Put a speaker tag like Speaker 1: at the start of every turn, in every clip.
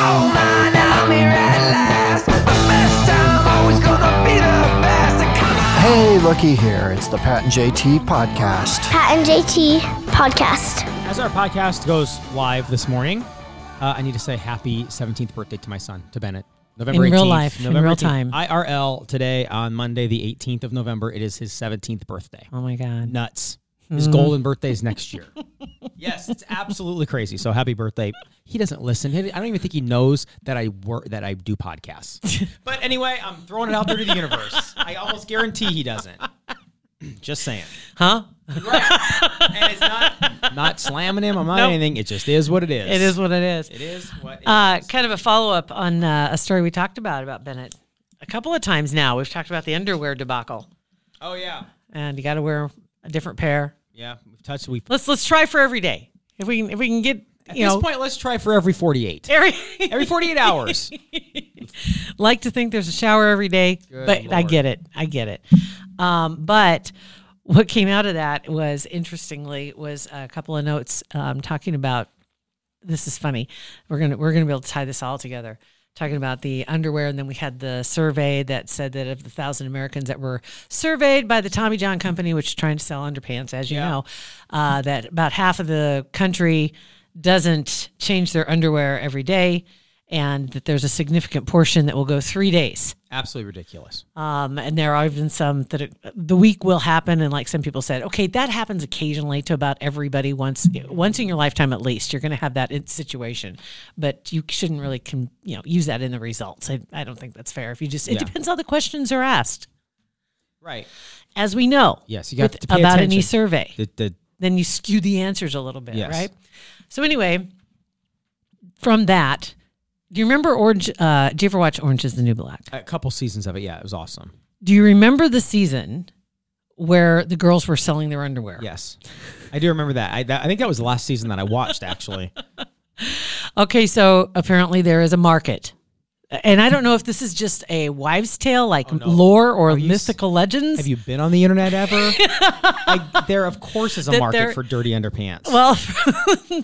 Speaker 1: Oh man, I'm here at last. The best time, always gonna be the best. Come on.
Speaker 2: Hey, looky here. It's the Pat and JT podcast.
Speaker 3: Pat and JT podcast.
Speaker 4: As our podcast goes live this morning, uh, I need to say happy 17th birthday to my son, to Bennett. November
Speaker 5: In
Speaker 4: 18th,
Speaker 5: real life, in
Speaker 4: November
Speaker 5: real
Speaker 4: 18th.
Speaker 5: time.
Speaker 4: IRL today on Monday, the 18th of November. It is his 17th birthday.
Speaker 5: Oh my Hmm. god.
Speaker 4: Nuts. His golden birthday is next year. yes, it's absolutely crazy. So happy birthday. He doesn't listen. He- I don't even think he knows that I work that I do podcasts. but anyway, I'm throwing it out there to the universe. I almost guarantee he doesn't. Just saying.
Speaker 5: Huh?
Speaker 4: And it's not not slamming him. I'm not
Speaker 5: Nope.
Speaker 4: anything. It just is what it is.
Speaker 5: It is what it is.
Speaker 4: It is what it
Speaker 5: Uh, kind of a follow up on uh, a story we talked about about Bennett a couple of times now. We've talked about the underwear debacle,
Speaker 4: Oh yeah,
Speaker 5: and you got to wear a different pair.
Speaker 4: yeah. We've touched. We at
Speaker 5: Let's let's try for every day. If we can, if we can get you
Speaker 4: this
Speaker 5: know
Speaker 4: point, let's try for every forty-eight.
Speaker 5: every
Speaker 4: Every forty-eight hours.
Speaker 5: like to think there's a shower every day, but I
Speaker 4: Lord.
Speaker 5: get it. I get it. Um, but what came out of that was interestingly was a couple of notes um, talking about this is funny. We're gonna we're gonna be able to tie this all together. Talking about the underwear, and then we had the survey that said that of the thousand Americans that were surveyed by the Tommy John Company, which is trying to sell underpants, as you know, uh, that about half of the country doesn't change their underwear every day, and that there's a significant portion that will go three days.
Speaker 4: Absolutely ridiculous.
Speaker 5: Um, and there are even some that it, the week will happen, and like some people said, okay, that happens occasionally to about everybody once once in your lifetime at least. You're going to have that in situation, but you shouldn't really con you know use that in the results. I, I don't think that's fair. If you just it
Speaker 4: Yeah.
Speaker 5: depends how the questions are asked,
Speaker 4: Right.
Speaker 5: as we know.
Speaker 4: Yes, you have
Speaker 5: with-
Speaker 4: to pay
Speaker 5: about
Speaker 4: attention.
Speaker 5: any survey
Speaker 4: The, the
Speaker 5: then you skew the answers a little bit,
Speaker 4: Yes.
Speaker 5: right? So anyway, from that, do you remember Orange? Uh, do you ever watch Orange Is the New Black?
Speaker 4: a couple seasons of it. Yeah, it was awesome.
Speaker 5: Do you remember the season where the girls were selling their underwear?
Speaker 4: Yes, I do remember that. I that, I think that was the last season that I watched. Actually,
Speaker 5: Okay, so apparently there is a market. And I don't know if this is just a wives' tale, like lore or
Speaker 4: Oh, Are you s-
Speaker 5: mythical legends.
Speaker 4: have you been on the internet ever? I, there, of course, is a
Speaker 5: That
Speaker 4: market
Speaker 5: there-
Speaker 4: for dirty underpants.
Speaker 5: well,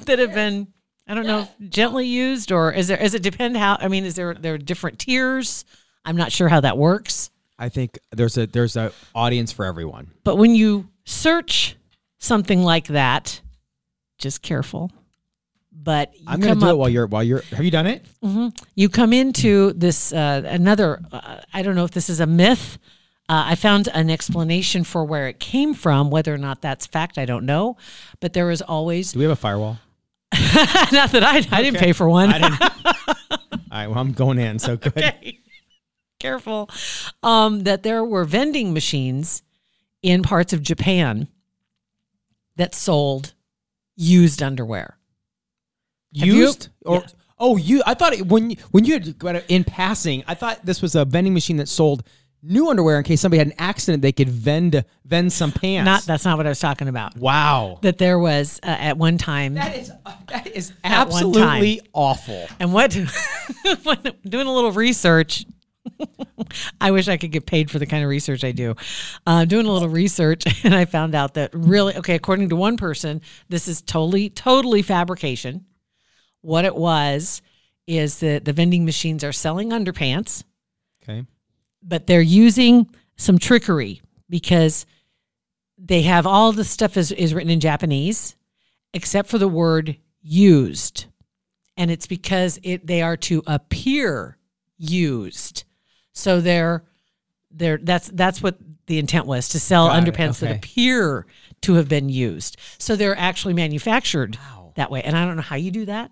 Speaker 5: that have been, I don't know, if gently used or is there? Is it depend how? I mean, is there there are different tiers? I'm not sure how that works.
Speaker 4: I think there's a there's a audience for everyone.
Speaker 5: But when you search something like that, just careful. But you
Speaker 4: I'm gonna
Speaker 5: come
Speaker 4: do
Speaker 5: up,
Speaker 4: it while you're while you're. Have you done it?
Speaker 5: you come into this uh, another. Uh, I don't know if this is a myth. Uh, I found an explanation for where it came from. Whether or not that's fact, I don't know. But there is always
Speaker 4: Do we have a firewall?
Speaker 5: not that I, I didn't
Speaker 4: Okay.
Speaker 5: pay for one.
Speaker 4: I didn't. All right. Well, I'm going in. So good.
Speaker 5: careful um, that there were vending machines in parts of Japan that sold used underwear. Have you-
Speaker 4: used or oh you i thought it, when you, when you had got it in passing i thought this was a vending machine that sold new underwear in case somebody had an accident they could vend vend some pants
Speaker 5: Not that's not what I was talking about.
Speaker 4: wow
Speaker 5: That there was uh, at one time,
Speaker 4: that is that is
Speaker 5: At one time.
Speaker 4: absolutely awful
Speaker 5: and what when doing a little research. I wish I could get paid for the kind of research I do. Uh, doing a little research, and I found out that really, okay, according to one person, this is totally, totally fabrication. What it was is that the vending machines are selling underpants.
Speaker 4: okay
Speaker 5: but they're using some trickery because they have all the stuff is, is written in Japanese except for the word used. And it's because it they are to appear used. So they're they're that's that's what the intent was to sell
Speaker 4: Got it,
Speaker 5: underpants
Speaker 4: okay.
Speaker 5: that appear to have been used. So they're actually manufactured that way. And I don't know how you do that.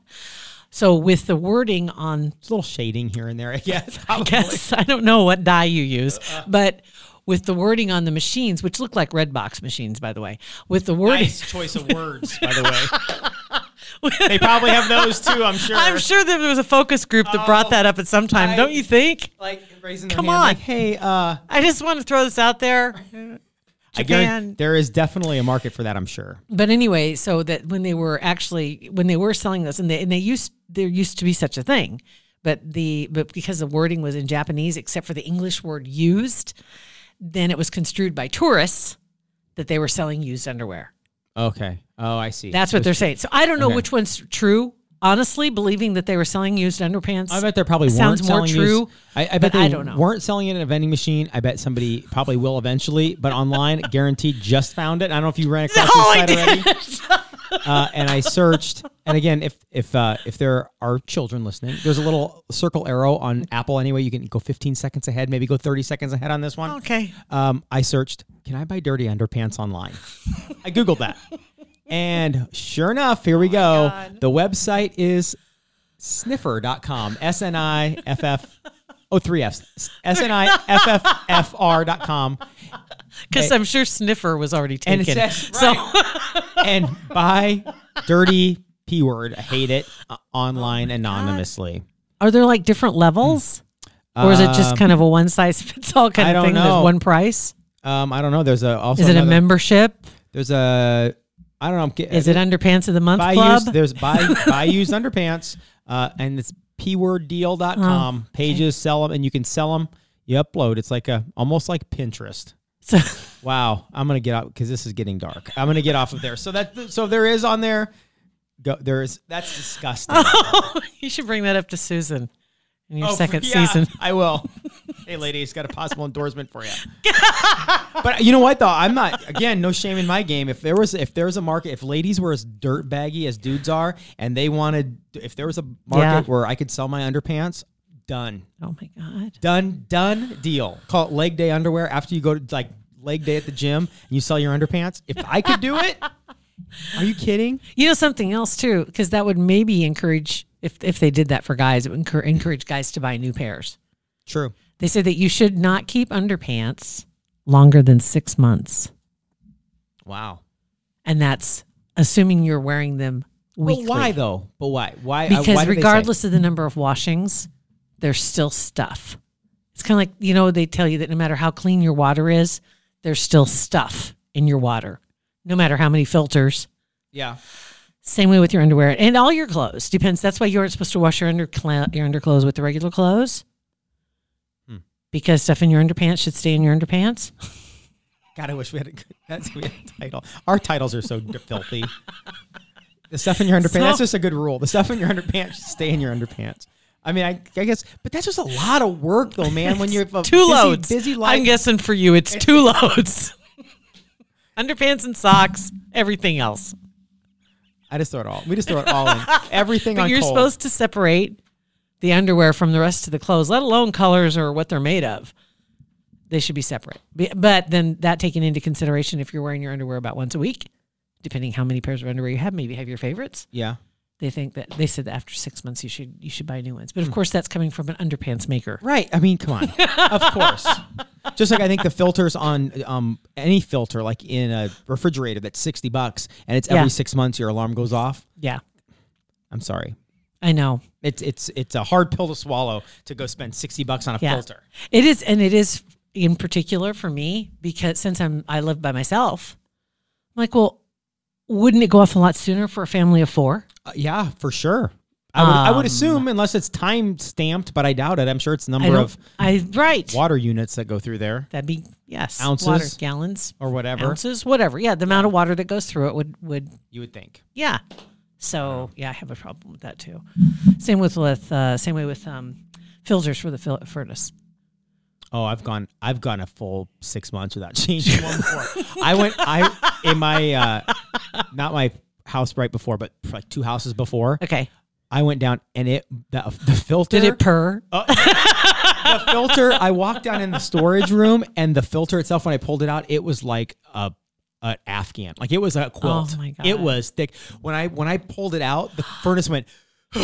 Speaker 5: So with the wording on
Speaker 4: it's a little shading here and there i guess
Speaker 5: I guess I don't know what dye you use, but with the wording on the machines, which look like red box machines, by the way, with the wording
Speaker 4: choice of words by the way They probably have those too, I'm sure.
Speaker 5: I'm sure that there was a focus group that brought that up at some time,
Speaker 4: I-
Speaker 5: don't you think?
Speaker 4: Like raising their
Speaker 5: Come
Speaker 4: hand,
Speaker 5: on.
Speaker 4: like, hey, uh,
Speaker 5: I just want to throw this out there.
Speaker 4: I guarantee-
Speaker 5: Japan.
Speaker 4: there is definitely a market for that, I'm sure.
Speaker 5: But anyway, so that when they were actually when they were selling those, and they and they used there used to be such a thing, but the but because the wording was in Japanese except for the English word used, then it was construed by tourists that they were selling used underwear.
Speaker 4: Okay. Oh, I see.
Speaker 5: That's what they're saying. So I don't know
Speaker 4: Okay.
Speaker 5: which one's true. Honestly, believing that they were selling used underpants.
Speaker 4: I bet there probably
Speaker 5: Sounds
Speaker 4: weren't
Speaker 5: more
Speaker 4: selling
Speaker 5: true,
Speaker 4: used- I, I
Speaker 5: but
Speaker 4: bet they
Speaker 5: I don't know.
Speaker 4: weren't selling it in a vending machine. I bet somebody probably will eventually, but online, guaranteed, just found it. I don't know if you ran across
Speaker 5: No,
Speaker 4: this
Speaker 5: I
Speaker 4: site already. Uh, and I searched, and again, if if uh, if there are children listening, there's a little circle arrow on Apple. Anyway, you can go 15 seconds ahead, maybe go 30 seconds ahead on this one.
Speaker 5: Okay.
Speaker 4: Um, I searched, can I buy dirty underpants online? I Googled that. And sure enough, here we go. The website is sniffer.com. S N I F F. Oh, three F's. S N I F F F R.com.
Speaker 5: Because I'm sure sniffer was already taken.
Speaker 4: And it says, and buy dirty P word, I hate it, uh, online anonymously.
Speaker 5: Are there like different levels? Or is it just
Speaker 4: Um,
Speaker 5: kind of a one size fits all kind
Speaker 4: I
Speaker 5: of
Speaker 4: don't
Speaker 5: thing? There's
Speaker 4: know.
Speaker 5: one price.
Speaker 4: Um, I don't know. There's a also
Speaker 5: Is it a
Speaker 4: another-
Speaker 5: membership?
Speaker 4: There's a I don't know. I'm, ge-
Speaker 5: Is it underpants of the month
Speaker 4: buy
Speaker 5: club?
Speaker 4: used there's buy buy used underpants uh, and it's
Speaker 5: Oh,
Speaker 4: pworddeal.com pages sell them and you can sell them you upload it's like a almost like pinterest
Speaker 5: so,
Speaker 4: wow i'm gonna get out because this is getting dark i'm gonna get off of there so that so there is on there go there is that's disgusting
Speaker 5: you should bring that up to Susan in your
Speaker 4: Oh,
Speaker 5: second
Speaker 4: yeah,
Speaker 5: season.
Speaker 4: i will hey ladies got a possible endorsement for you but you know what though i'm not again no shame in my game if there was if there was a market if ladies were as dirt baggy as dudes are and they wanted if there was a market
Speaker 5: Yeah.
Speaker 4: where i could sell my underpants done
Speaker 5: Oh my God.
Speaker 4: done done deal call it leg day underwear after you go to like leg day at the gym and you sell your underpants if i could do it are you kidding
Speaker 5: You know something else too, because that would maybe encourage if if they did that for guys, it would encour- encourage guys to buy new pairs.
Speaker 4: true
Speaker 5: They said that you should not keep underpants longer than six months,
Speaker 4: wow
Speaker 5: and that's assuming you're wearing them weekly.
Speaker 4: but why though but why why I-
Speaker 5: because
Speaker 4: why do they say-
Speaker 5: regardless of the number of washings, there's still stuff. It's kind of like you know they tell you that no matter how clean your water is, there's still stuff in your water, no matter how many filters.
Speaker 4: yeah
Speaker 5: Same way with your underwear and all your clothes. Depends. That's why you aren't supposed to wash your under your underclothes with the regular clothes.
Speaker 4: Hmm.
Speaker 5: Because stuff in your underpants should stay in your underpants.
Speaker 4: God, I wish we had a good that's, we had a title. Our titles are so d- filthy. The stuff in your underpants. that's just a good rule. The stuff in your underpants should stay in your underpants. I mean, I, I guess, but that's just a lot of work, though, man. When you're a
Speaker 5: two
Speaker 4: busy,
Speaker 5: loads.
Speaker 4: busy life.
Speaker 5: I'm guessing for you, it's two loads. underpants and socks, everything else.
Speaker 4: I just throw it all. We just throw it all in. Everything
Speaker 5: But
Speaker 4: on
Speaker 5: you're
Speaker 4: Cole.
Speaker 5: supposed to separate the underwear from the rest of the clothes, let alone colors or what they're made of. They should be separate. Be- But then that taken into consideration, if you're wearing your underwear about once a week, depending how many pairs of underwear you have, maybe you have your favorites.
Speaker 4: yeah.
Speaker 5: They think that they said that after six months you should you should buy new ones. But of course, that's coming from an underpants maker.
Speaker 4: Hmm. Right. I mean, come on. of course. Just like I think the filters on um, any filter, like in a refrigerator that's 60 bucks and it's every
Speaker 5: Yeah.
Speaker 4: six months your alarm goes off.
Speaker 5: Yeah,
Speaker 4: I'm sorry.
Speaker 5: I know.
Speaker 4: It's it's it's a hard pill to swallow to go spend sixty bucks on a
Speaker 5: Yeah.
Speaker 4: filter.
Speaker 5: It is, and it is in particular for me because since I'm I live by myself, I'm like, well, wouldn't it go off a lot sooner for a family of four?
Speaker 4: Uh, yeah, for sure. I would, I would assume, unless it's time stamped, but Um, I doubt it. I'm sure it's
Speaker 5: I
Speaker 4: number
Speaker 5: don't.
Speaker 4: of
Speaker 5: I right.
Speaker 4: water units that go through there
Speaker 5: That'd be yes. water
Speaker 4: Ounces?
Speaker 5: gallons,
Speaker 4: or whatever.
Speaker 5: ounces, whatever. Yeah, the amount of water that goes through it would would
Speaker 4: You would think.
Speaker 5: yeah. So yeah, I have a problem with that too. Same with with uh, same way with um, filters for the fil- furnace.
Speaker 4: Oh, I've gone. I've gone a full six months without changing one before. I went. I in my uh, not my house right before, but like two houses before.
Speaker 5: Okay.
Speaker 4: I went down and it the, the filter
Speaker 5: Did it purr?
Speaker 4: Oh. the filter. I walked down in the storage room, and the filter itself, when I pulled it out, it was like a an Afghan, like it was a quilt.
Speaker 5: Oh my God.
Speaker 4: It was thick. When I when I pulled it out, the furnace went.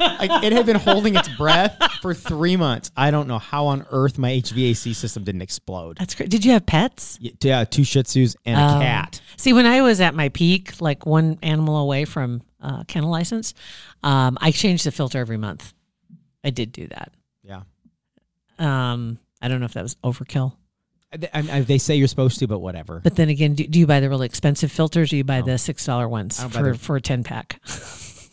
Speaker 4: Like, it had been holding its breath for three months. I don't know how on earth my HVAC system didn't explode.
Speaker 5: That's great. Did you have pets? Um,
Speaker 4: Y- Yeah, two Shih Tzus and
Speaker 5: Oh.
Speaker 4: a cat.
Speaker 5: See, when I was at my peak, like one animal away from uh, kennel license, um, I changed the filter every month. I did do that.
Speaker 4: Yeah,
Speaker 5: Um, I don't know if that was overkill.
Speaker 4: I, I, they say you're supposed to, but whatever.
Speaker 5: But then again, do, do you buy the really expensive filters or you buy the $6 ones
Speaker 4: I don't buy
Speaker 5: for,
Speaker 4: the-
Speaker 5: for a 10 pack?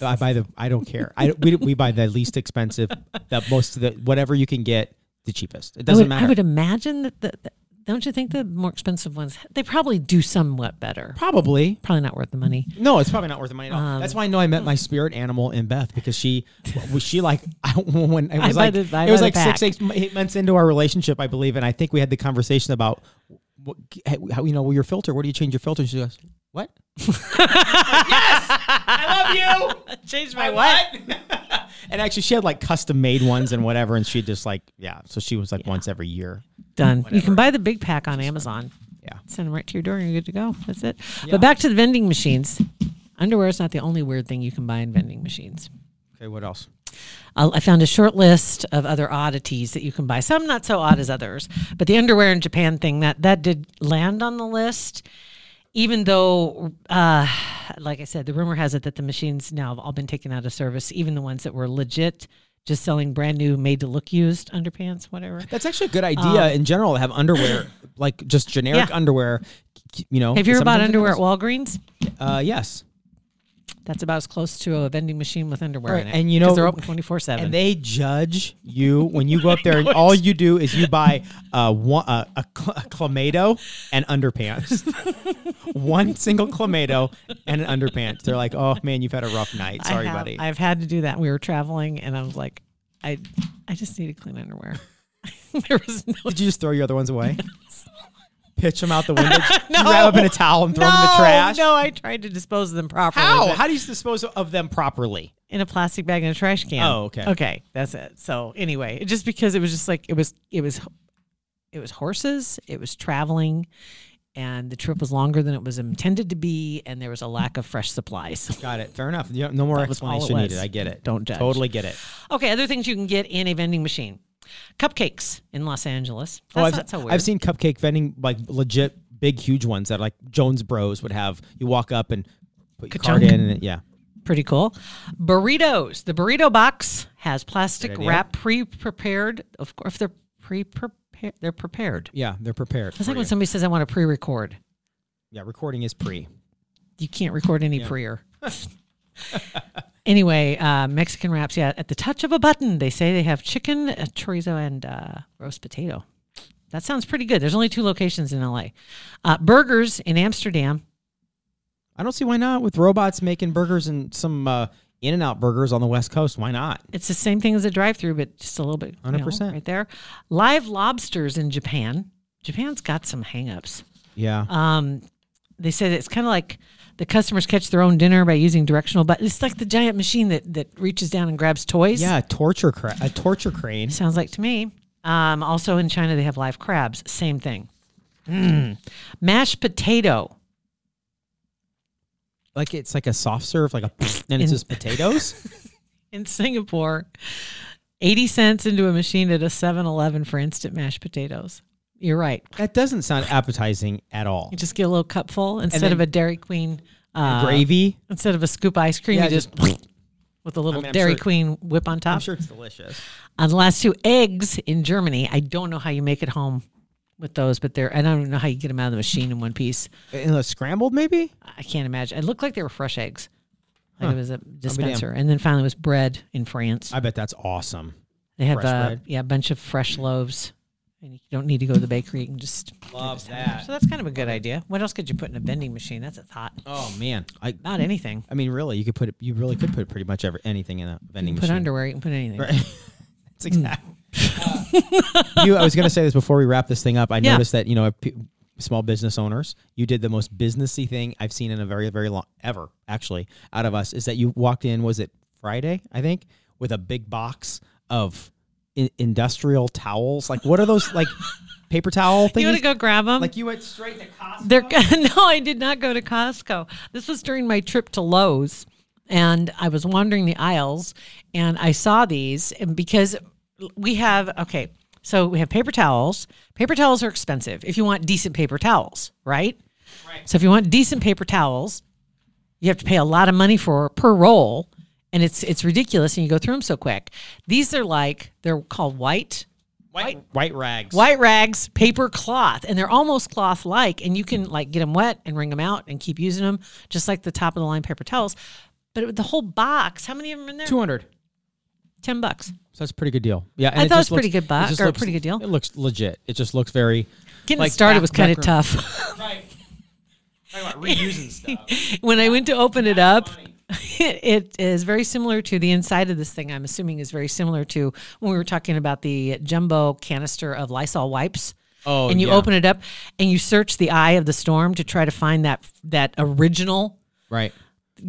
Speaker 4: I buy the. I don't care. I we we buy the least expensive, the most the whatever you can get, the cheapest. It
Speaker 5: Oh, I
Speaker 4: doesn't
Speaker 5: would,
Speaker 4: matter.
Speaker 5: I would imagine that the, the- don't you think the more expensive ones, they probably do somewhat better.
Speaker 4: Probably.
Speaker 5: Probably Um, hmm. not worth the money.
Speaker 4: No, it's probably not worth the money at all. That's why I know I met my spirit animal in Beth because she was she like I when it
Speaker 5: I
Speaker 4: was
Speaker 5: buy
Speaker 4: like
Speaker 5: the- I
Speaker 4: it was
Speaker 5: buy
Speaker 4: like
Speaker 5: the
Speaker 4: six
Speaker 5: pack.
Speaker 4: eight, m- eight months into our relationship I believe and I think we had the conversation about what, how you know well, your filter where do you change your filter she goes what
Speaker 5: Change my what?
Speaker 4: and actually she had like custom made ones and whatever and she just like yeah so she was like once every year
Speaker 5: Done. You can buy the big pack on Amazon.
Speaker 4: Yeah.
Speaker 5: Send them right to your door and you're good to go. That's it. But back to the vending machines. Underwear is not the only weird thing you can buy in vending machines.
Speaker 4: okay what else
Speaker 5: I'll- I found a short list of other oddities that you can buy. Some not so odd as others, but the underwear in Japan thing that that did land on the list. Even though, uh, like I said, the rumor has it that the machines now have all been taken out of service, even the ones that were legit, just selling brand new, made to look used underpants, whatever.
Speaker 4: that's actually a good idea in general to have underwear like just generic
Speaker 5: Yeah.
Speaker 4: underwear you know
Speaker 5: Have you ever bought
Speaker 4: sometimes it
Speaker 5: underwear at
Speaker 4: is.
Speaker 5: Walgreens?
Speaker 4: uh yes
Speaker 5: That's about as close to a vending machine with underwear
Speaker 4: Right,
Speaker 5: in it.
Speaker 4: and you
Speaker 5: 'cause
Speaker 4: know-
Speaker 5: they're open twenty four seven.
Speaker 4: And they judge you when you go up there, and all you do is you buy uh, one, uh, a, cl- a clamato and underpants. one single clamato and an underpants. They're like, oh man, you've had a rough night. Sorry,
Speaker 5: I have,
Speaker 4: buddy.
Speaker 5: I've had to do that. We were traveling, and I was like, I, I just needed clean underwear. there was no.
Speaker 4: Did you just throw your other ones away? Pitch them out the window. You wrap up in a towel and throw them in the
Speaker 5: No,
Speaker 4: trash.
Speaker 5: No, I tried to dispose of them properly.
Speaker 4: How?
Speaker 5: but
Speaker 4: How do you dispose of them properly?
Speaker 5: in a plastic bag in a trash can.
Speaker 4: Oh, okay.
Speaker 5: Okay, that's it. So anyway, it- just because it was just like it was, it was, it was horses. It was traveling, and the trip was longer than it was intended to be, and there was a lack of fresh supplies.
Speaker 4: Got it. Fair enough. You don't- No more
Speaker 5: was all it
Speaker 4: explanation
Speaker 5: was.
Speaker 4: needed. I get it.
Speaker 5: Don't judge.
Speaker 4: Totally get it.
Speaker 5: Okay, other things you can get in a vending machine. Cupcakes in Los Angeles. That's
Speaker 4: Oh, I've,
Speaker 5: not so weird.
Speaker 4: I've seen cupcake vending like legit big huge ones that like Jones Bros would have. You walk up and put your card
Speaker 5: Ka-chunk.
Speaker 4: in, and it, yeah,
Speaker 5: pretty cool. Burritos. The burrito box has plastic
Speaker 4: Good idea.
Speaker 5: wrap pre-prepared. Of course, if they're pre-prepared, they're prepared.
Speaker 4: yeah, they're prepared.
Speaker 5: It's
Speaker 4: for
Speaker 5: like when
Speaker 4: you.
Speaker 5: somebody says, "I want to pre-record."
Speaker 4: yeah, recording is pre.
Speaker 5: You can't record any prior. anyway, uh, Mexican wraps. Yeah, at the touch of a button, they say they have chicken, uh, chorizo, and uh, roast potato. That sounds pretty good. There's only two locations in LA. Uh, burgers in Amsterdam.
Speaker 4: I don't see why not with robots making burgers and some uh, In and Out burgers on the West Coast. Why not?
Speaker 5: It's the same thing as a drive-through, but just a little bit. you know,
Speaker 4: 100%.
Speaker 5: right there. Live lobsters in Japan. Japan's got some hang-ups.
Speaker 4: Yeah,
Speaker 5: Um, they said it's kind of like the customers catch their own dinner by using directional, but it's like the giant machine that that reaches down and grabs toys.
Speaker 4: yeah, a torture cra- a torture crane.
Speaker 5: sounds like to me. Um, also in China, they have live crabs. Same thing. Mm. Mashed potato.
Speaker 4: Like it's like a soft serve, like a and it's
Speaker 5: In-
Speaker 4: just potatoes.
Speaker 5: in Singapore, 80 cents into a machine at a 7 Eleven for instant mashed potatoes. You're right.
Speaker 4: that doesn't sound appetizing at all.
Speaker 5: You just get a little cupful instead
Speaker 4: then-
Speaker 5: of a Dairy Queen uh,
Speaker 4: Gravy.
Speaker 5: Instead of a scoop ice cream,
Speaker 4: Yeah,
Speaker 5: you just,
Speaker 4: just-
Speaker 5: with a little
Speaker 4: mean, I'm
Speaker 5: Dairy
Speaker 4: sure-
Speaker 5: Queen whip on top.
Speaker 4: I'm sure it's delicious.
Speaker 5: And the last two eggs in Germany. I don't know how you make it home with those, but they're, and I don't even know how you get them out of the machine in one piece.
Speaker 4: And a scrambled maybe.
Speaker 5: I can't imagine. It looked like they were fresh eggs. Like it was a dispenser.
Speaker 4: damned.
Speaker 5: And then finally it was bread in France.
Speaker 4: I bet that's awesome.
Speaker 5: They have
Speaker 4: Fresh
Speaker 5: uh,
Speaker 4: bread.
Speaker 5: yeah, a bunch of fresh loaves, and you don't need to go to the bakery. You can just
Speaker 4: Love
Speaker 5: just have it.
Speaker 4: that.
Speaker 5: So that's kind of a good idea. What else could you put in a vending machine? That's a thought.
Speaker 4: Oh man, I
Speaker 5: Not anything.
Speaker 4: I mean, really, you could put it, you really could put pretty much every, anything in a vending
Speaker 5: You can put
Speaker 4: machine.
Speaker 5: underwear. You can put anything.
Speaker 4: That's exact- Uh, you, I was going to say this before we wrap this thing up. I
Speaker 5: Yeah.
Speaker 4: noticed that you know, p- small business owners, you did the most businessy thing I've seen in a very, very long ever actually out of us is that you walked in. Was it Friday? I think with a big box of in- industrial towels. Like what are those like paper towel things?
Speaker 5: You want to go grab them?
Speaker 4: like you went straight to Costco.
Speaker 5: They're, no, I did not go to Costco. This was during my trip to Lowe's. and I was wandering the aisles and I saw these and because we have okay, so we have paper towels. Paper towels are expensive if you want decent paper towels, right? Right. So if you want decent paper towels, you have to pay a lot of money for per roll and it's it's ridiculous and you go through them so quick. These are like they're called white
Speaker 4: White, white rags.
Speaker 5: white rags, paper cloth, and they're almost cloth like, and you can like get them wet and wring them out and keep using them, just like the top of the line paper towels. But it, the whole box, how many of them are in there?
Speaker 4: Two hundred.
Speaker 5: Ten bucks.
Speaker 4: So that's a pretty good deal. Yeah, and
Speaker 5: I thought it
Speaker 4: just
Speaker 5: was pretty good buck-
Speaker 4: just
Speaker 5: or a pretty good deal.
Speaker 4: It looks legit. It just looks very
Speaker 5: Getting
Speaker 4: like
Speaker 5: started
Speaker 4: back-
Speaker 5: was kind of
Speaker 4: background-
Speaker 5: tough.
Speaker 4: Right. Talking about reusing stuff.
Speaker 5: when I went to open it up, it is very similar to the inside of this thing. I'm assuming is very similar to when we were talking about the jumbo canister of Lysol wipes.
Speaker 4: Oh,
Speaker 5: and you
Speaker 4: yeah.
Speaker 5: open it up and you search the eye of the storm to try to find that that original
Speaker 4: Right.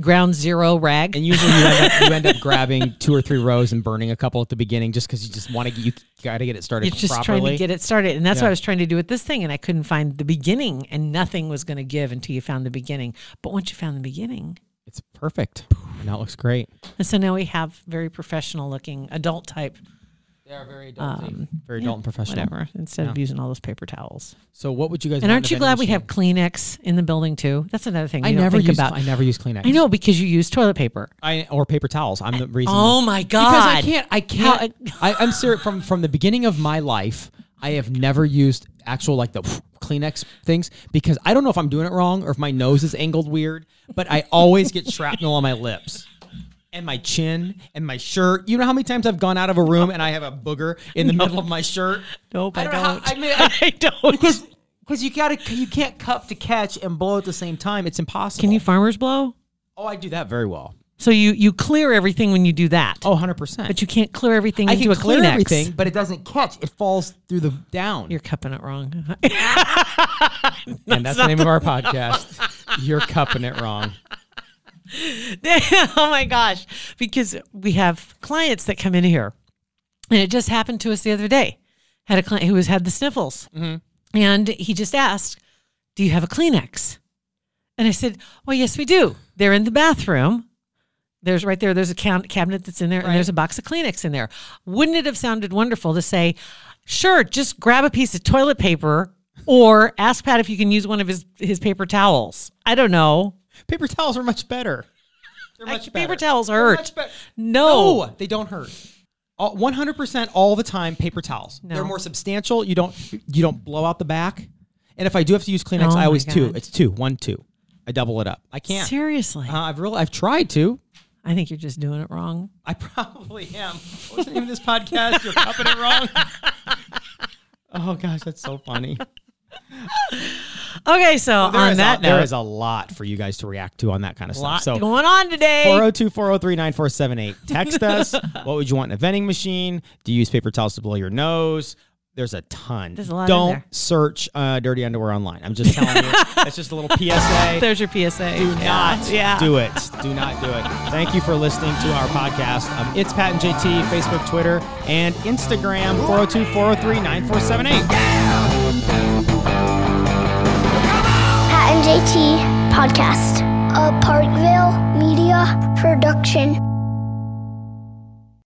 Speaker 5: ground zero rag.
Speaker 4: And usually you end, up, you end up grabbing two or three rows and burning a couple at the beginning just because you just want to you got to get it started
Speaker 5: You're just
Speaker 4: properly.
Speaker 5: trying to get it started. And that's what
Speaker 4: Yeah.
Speaker 5: I was trying to do with this thing. And I couldn't find the beginning, and nothing was going to give until you found the beginning. But once you found the beginning,
Speaker 4: It's perfect. And that looks great.
Speaker 5: and so now we have very professional looking adult type, um,
Speaker 4: They are very adult, very adult and professional.
Speaker 5: whatever, instead of using all those paper towels.
Speaker 4: So what would you guys?
Speaker 5: And
Speaker 4: want
Speaker 5: aren't
Speaker 4: in
Speaker 5: you
Speaker 4: a
Speaker 5: glad we
Speaker 4: vending
Speaker 5: have Kleenex in the building too? That's another thing
Speaker 4: machine? I
Speaker 5: we don't
Speaker 4: never
Speaker 5: think
Speaker 4: use.
Speaker 5: about.
Speaker 4: I never use Kleenex.
Speaker 5: I know because you use toilet paper.
Speaker 4: I or paper towels. I'm the reason.
Speaker 5: Oh my god!
Speaker 4: Because I can't. I can't.
Speaker 5: How-
Speaker 4: I, I'm serious. From from the beginning of my life, I have never used actual like the Kleenex things because I don't know if I'm doing it wrong or if my nose is angled weird, but I always get shrapnel on my lips. And my chin and my shirt. You know how many times I've gone out of a room and I have a booger in the middle of my shirt.
Speaker 5: Nope, I
Speaker 4: know how-
Speaker 5: don't.
Speaker 4: I mean, I,
Speaker 5: I don't.
Speaker 4: because because you gotta you can't cup to catch and blow at the same time. It's impossible.
Speaker 5: Can you farmer's blow?
Speaker 4: Oh, I do that very well.
Speaker 5: So you you clear everything when you do that.
Speaker 4: Oh, 100 percent.
Speaker 5: but you can't clear everything
Speaker 4: I
Speaker 5: into
Speaker 4: can
Speaker 5: a
Speaker 4: clear
Speaker 5: Kleenex.
Speaker 4: everything, but it doesn't catch. It falls through the down.
Speaker 5: You're cupping it wrong.
Speaker 4: and that's the name of our podcast. You're cupping it wrong.
Speaker 5: oh my gosh. Because we have clients that come in here. And it just happened to us the other day. Had a client who was had the sniffles.
Speaker 4: Mm-hmm.
Speaker 5: And he just asked, Do you have a Kleenex? And I said, Well, yes, we do. They're in the bathroom. There's right there, there's a count- cabinet that's in there, and there's a box of Kleenex in there. Wouldn't it have sounded wonderful to say, Sure, just grab a piece of toilet paper or ask Pat if you can use one of his, his paper towels? I don't know.
Speaker 4: Paper towels are much better. They're
Speaker 5: Like,
Speaker 4: much better.
Speaker 5: paper towels
Speaker 4: They're
Speaker 5: hurt.
Speaker 4: much better.
Speaker 5: No.
Speaker 4: No, they don't hurt. All- 100% all the time paper towels.
Speaker 5: No.
Speaker 4: They're more substantial. You don't you don't blow out the back. And if I do have to use Kleenex,
Speaker 5: Oh my
Speaker 4: I always two.
Speaker 5: God.
Speaker 4: It's two, one, two. I double it up. I can't.
Speaker 5: Seriously.
Speaker 4: Uh, I've really I've tried to.
Speaker 5: I think you're just doing it wrong.
Speaker 4: I probably am. What's the name of this podcast? You're cupping it wrong. oh gosh, that's so funny.
Speaker 5: Okay, so
Speaker 4: Oh, There
Speaker 5: on
Speaker 4: is
Speaker 5: that
Speaker 4: a, there
Speaker 5: note,
Speaker 4: is a lot for you guys to react to on that kind of
Speaker 5: lot
Speaker 4: stuff. So
Speaker 5: going on today.
Speaker 4: 402-403-9478. Text us. what would you want in a vending machine? Do you use paper towels to blow your nose? There's a ton.
Speaker 5: There's a lot in
Speaker 4: Don't
Speaker 5: there.
Speaker 4: search uh, dirty underwear online. I'm just telling you. That's just a little PSA.
Speaker 5: There's your PSA.
Speaker 4: do
Speaker 5: Yeah,
Speaker 4: not
Speaker 5: yeah.
Speaker 4: do it. Do not do it. Thank you for listening to our podcast. Um, it's Pat and JT, Facebook, Twitter, and Instagram, 402-403-9478.
Speaker 3: Pat and JT Podcast, a Parkville Media Production.